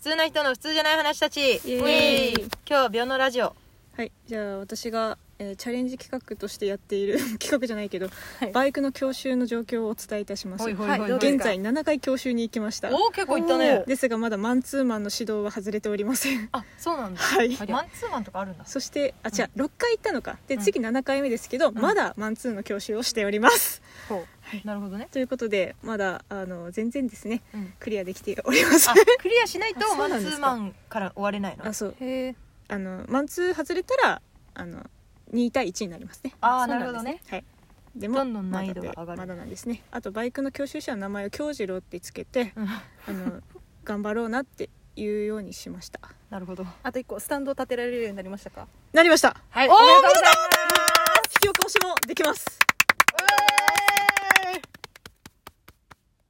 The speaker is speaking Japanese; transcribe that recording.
通な人の普通じゃない話たちイエーイイエーイ今日は秒のラジオはいじゃあ私が、えーチャレンジ企画としてやっている 企画じゃないけど、いバイクの教習の状況をお伝えいたしますほいほいはいほいどうです現か在7回教習に行きましたおお結構いったねですがまだマンツーマンの指導は外れておりま せんあそうなんだはいマンツーマンとかあるんだそしてあ違う、6回行ったのかでうん次7回目ですけど、まだマンツーの教習をしておりますほなるほどねということでまだあの全然ですねうんクリアできておりませんあクリアしないとあそマうなンんツでーすかマンから終われないのあそううへえあのマンツー外れたらあの2対1になりますねあーそうなんるでほどすねはいでどんどん難易度が上がるまだでまだなんですねあとバイクの教習者の名前を京次郎ってつけてうんあの頑張ろうなっていうようにしましたなるほどあと一個スタンドを立てられるようになりましたかなりましたはいおめでとうございます引き起こしもできます